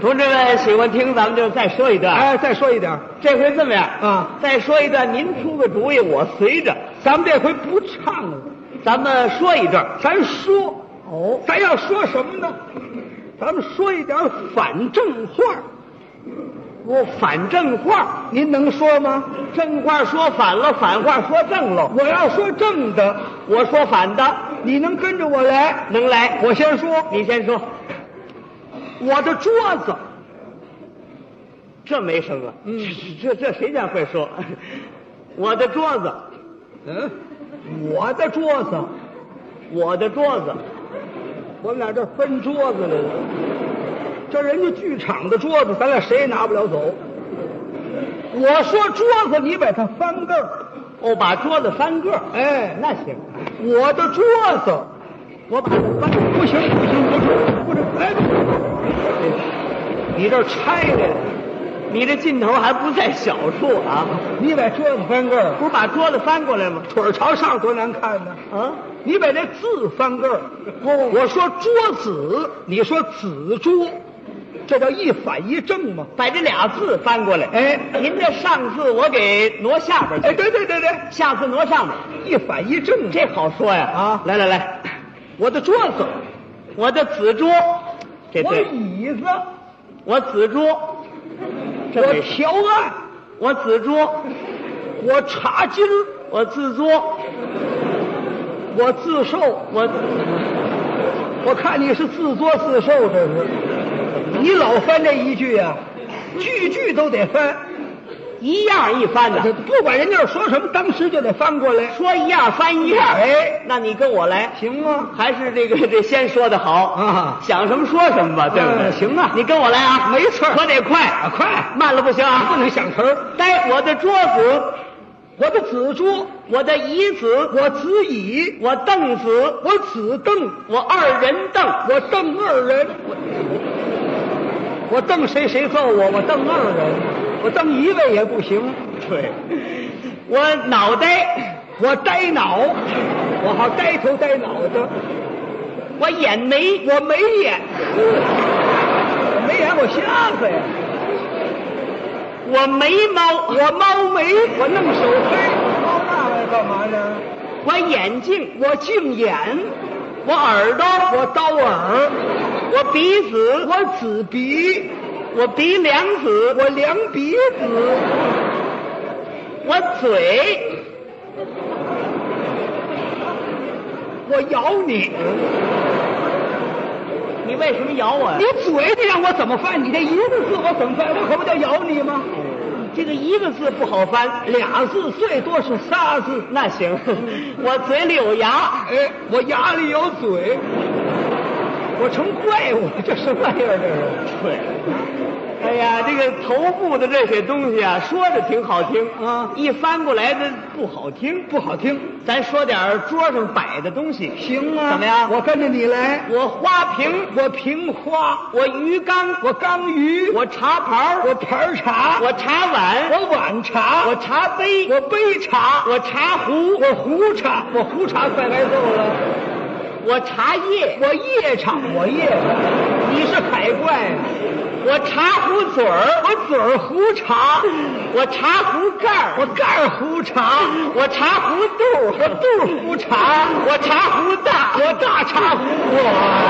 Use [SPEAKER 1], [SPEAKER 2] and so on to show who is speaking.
[SPEAKER 1] 同志们喜欢听，咱们就再说一段。
[SPEAKER 2] 哎，再说一点儿，
[SPEAKER 1] 这回这么样
[SPEAKER 2] 啊
[SPEAKER 1] 再说一段，您出个主意，我随着。
[SPEAKER 2] 咱们这回不唱了，
[SPEAKER 1] 咱们说一段，
[SPEAKER 2] 咱说，
[SPEAKER 1] 哦，
[SPEAKER 2] 咱要说什么呢？咱们说一点儿反正话，哦
[SPEAKER 1] 我反正话，
[SPEAKER 2] 您能说吗？
[SPEAKER 1] 正话说反了，反话说正喽。
[SPEAKER 2] 我要说正的，
[SPEAKER 1] 我说反的，
[SPEAKER 2] 你能跟着我来？
[SPEAKER 1] 能来？
[SPEAKER 2] 我先说，
[SPEAKER 1] 你先说，
[SPEAKER 2] 我的桌子，
[SPEAKER 1] 这没声了。
[SPEAKER 2] 嗯
[SPEAKER 1] 这这这谁家会说？我的桌子，
[SPEAKER 2] 嗯，我的桌子，
[SPEAKER 1] 我的桌子，
[SPEAKER 2] 我们俩这分桌子来了。这人家剧场的桌子，咱俩谁也拿不了走。我说桌子，你把它翻个儿。
[SPEAKER 1] 哦，把桌子翻个儿，
[SPEAKER 2] 哎，
[SPEAKER 1] 那行。
[SPEAKER 2] 我的桌子，我把它搬，不行不行，不是不是，哎，你这拆来了，
[SPEAKER 1] 你这劲头还不在小处啊？
[SPEAKER 2] 你把桌子翻个儿，
[SPEAKER 1] 不是把桌子翻过来吗？
[SPEAKER 2] 腿儿朝上多难看呢。
[SPEAKER 1] 啊，
[SPEAKER 2] 你把这字翻个儿，
[SPEAKER 1] 哦
[SPEAKER 2] 我说桌子，你说子桌，这叫一反一正吗？
[SPEAKER 1] 把这俩字翻过来。
[SPEAKER 2] 哎
[SPEAKER 1] 您这上字我给挪下边去，
[SPEAKER 2] 哎，对对对对，
[SPEAKER 1] 下字挪上边，
[SPEAKER 2] 一反一正。
[SPEAKER 1] 这好说呀。
[SPEAKER 2] 啊
[SPEAKER 1] 来来来，
[SPEAKER 2] 我的桌子，
[SPEAKER 1] 我的子桌，这
[SPEAKER 2] 我
[SPEAKER 1] 对，
[SPEAKER 2] 椅子，
[SPEAKER 1] 我子桌， 这
[SPEAKER 2] 我
[SPEAKER 1] 没事
[SPEAKER 2] 条案，
[SPEAKER 1] 我子桌，
[SPEAKER 2] 我茶几儿，
[SPEAKER 1] 我自作，
[SPEAKER 2] 我自售。
[SPEAKER 1] 我
[SPEAKER 2] 我看你是自作自受，这是。你老翻这一句啊，句句都得翻。
[SPEAKER 1] 一样一翻的，
[SPEAKER 2] 不管人家说什么，当时就得翻过来，
[SPEAKER 1] 说一样翻一样。
[SPEAKER 2] 哎
[SPEAKER 1] 那你跟我来，
[SPEAKER 2] 行吗？
[SPEAKER 1] 还是这个这先说的好
[SPEAKER 2] 啊
[SPEAKER 1] 想什么说什么吧，对不对？
[SPEAKER 2] 嗯行啊
[SPEAKER 1] 你跟我来啊，
[SPEAKER 2] 没错啊
[SPEAKER 1] 可得快，
[SPEAKER 2] 快
[SPEAKER 1] 慢了不行啊，
[SPEAKER 2] 不能想词儿。
[SPEAKER 1] 呆，我的桌子，
[SPEAKER 2] 我的子桌，
[SPEAKER 1] 我的椅子，
[SPEAKER 2] 我子椅，
[SPEAKER 1] 我凳子，
[SPEAKER 2] 我子凳，
[SPEAKER 1] 我二人凳，
[SPEAKER 2] 我凳二人。我我瞪谁谁揍我，我瞪二人，我瞪一位也不行。
[SPEAKER 1] 对，我脑袋，
[SPEAKER 2] 我呆脑，我好呆头呆脑的，
[SPEAKER 1] 我眼眉，
[SPEAKER 2] 我没眼，没眼我瞎子呀。
[SPEAKER 1] 我眉毛，
[SPEAKER 2] 我猫眉，我弄手黑，猫那玩意儿干嘛呢？
[SPEAKER 1] 我眼镜，
[SPEAKER 2] 我净眼，
[SPEAKER 1] 我耳朵，
[SPEAKER 2] 我刀耳，
[SPEAKER 1] 我鼻子，
[SPEAKER 2] 我紫鼻，
[SPEAKER 1] 我鼻梁子，
[SPEAKER 2] 我凉鼻子，
[SPEAKER 1] 我嘴，
[SPEAKER 2] 我咬你，
[SPEAKER 1] 你为什么咬我呀
[SPEAKER 2] 你？嘴你让我怎么翻？你这一个字我怎么翻？我可不叫咬你吗？
[SPEAKER 1] 这个一个字不好翻，
[SPEAKER 2] 俩字最多是仨字。
[SPEAKER 1] 那行，我嘴里有牙，
[SPEAKER 2] 哎，我牙里有嘴，我成怪物，这什么玩意儿？这是
[SPEAKER 1] 对。哎呀，这个头部的这些东西啊，说着挺好听嗯
[SPEAKER 2] 啊
[SPEAKER 1] 一翻过来的不好听。
[SPEAKER 2] 不好听，
[SPEAKER 1] 咱说点儿桌上摆的东西，
[SPEAKER 2] 行吗？
[SPEAKER 1] 怎么样
[SPEAKER 2] 我跟着你来，
[SPEAKER 1] 我花瓶，
[SPEAKER 2] 我平花，
[SPEAKER 1] 我鱼缸，
[SPEAKER 2] 我缸鱼，
[SPEAKER 1] 我茶盘
[SPEAKER 2] 我
[SPEAKER 1] 我
[SPEAKER 2] 盘茶，
[SPEAKER 1] 我茶碗，
[SPEAKER 2] 我碗茶，
[SPEAKER 1] 我茶杯，
[SPEAKER 2] 我杯茶，
[SPEAKER 1] 我茶壶，
[SPEAKER 2] 我壶茶，我壶茶快挨揍了，
[SPEAKER 1] 我茶叶，
[SPEAKER 2] 我夜茶，我夜 茶，你是海怪呀、
[SPEAKER 1] 我茶壶嘴儿，
[SPEAKER 2] 我嘴儿壶茶，
[SPEAKER 1] 我茶壶盖儿，
[SPEAKER 2] 我盖儿壶茶，
[SPEAKER 1] 我茶壶肚儿，
[SPEAKER 2] 我肚儿壶茶，
[SPEAKER 1] 我茶壶大，
[SPEAKER 2] 我大茶壶。哇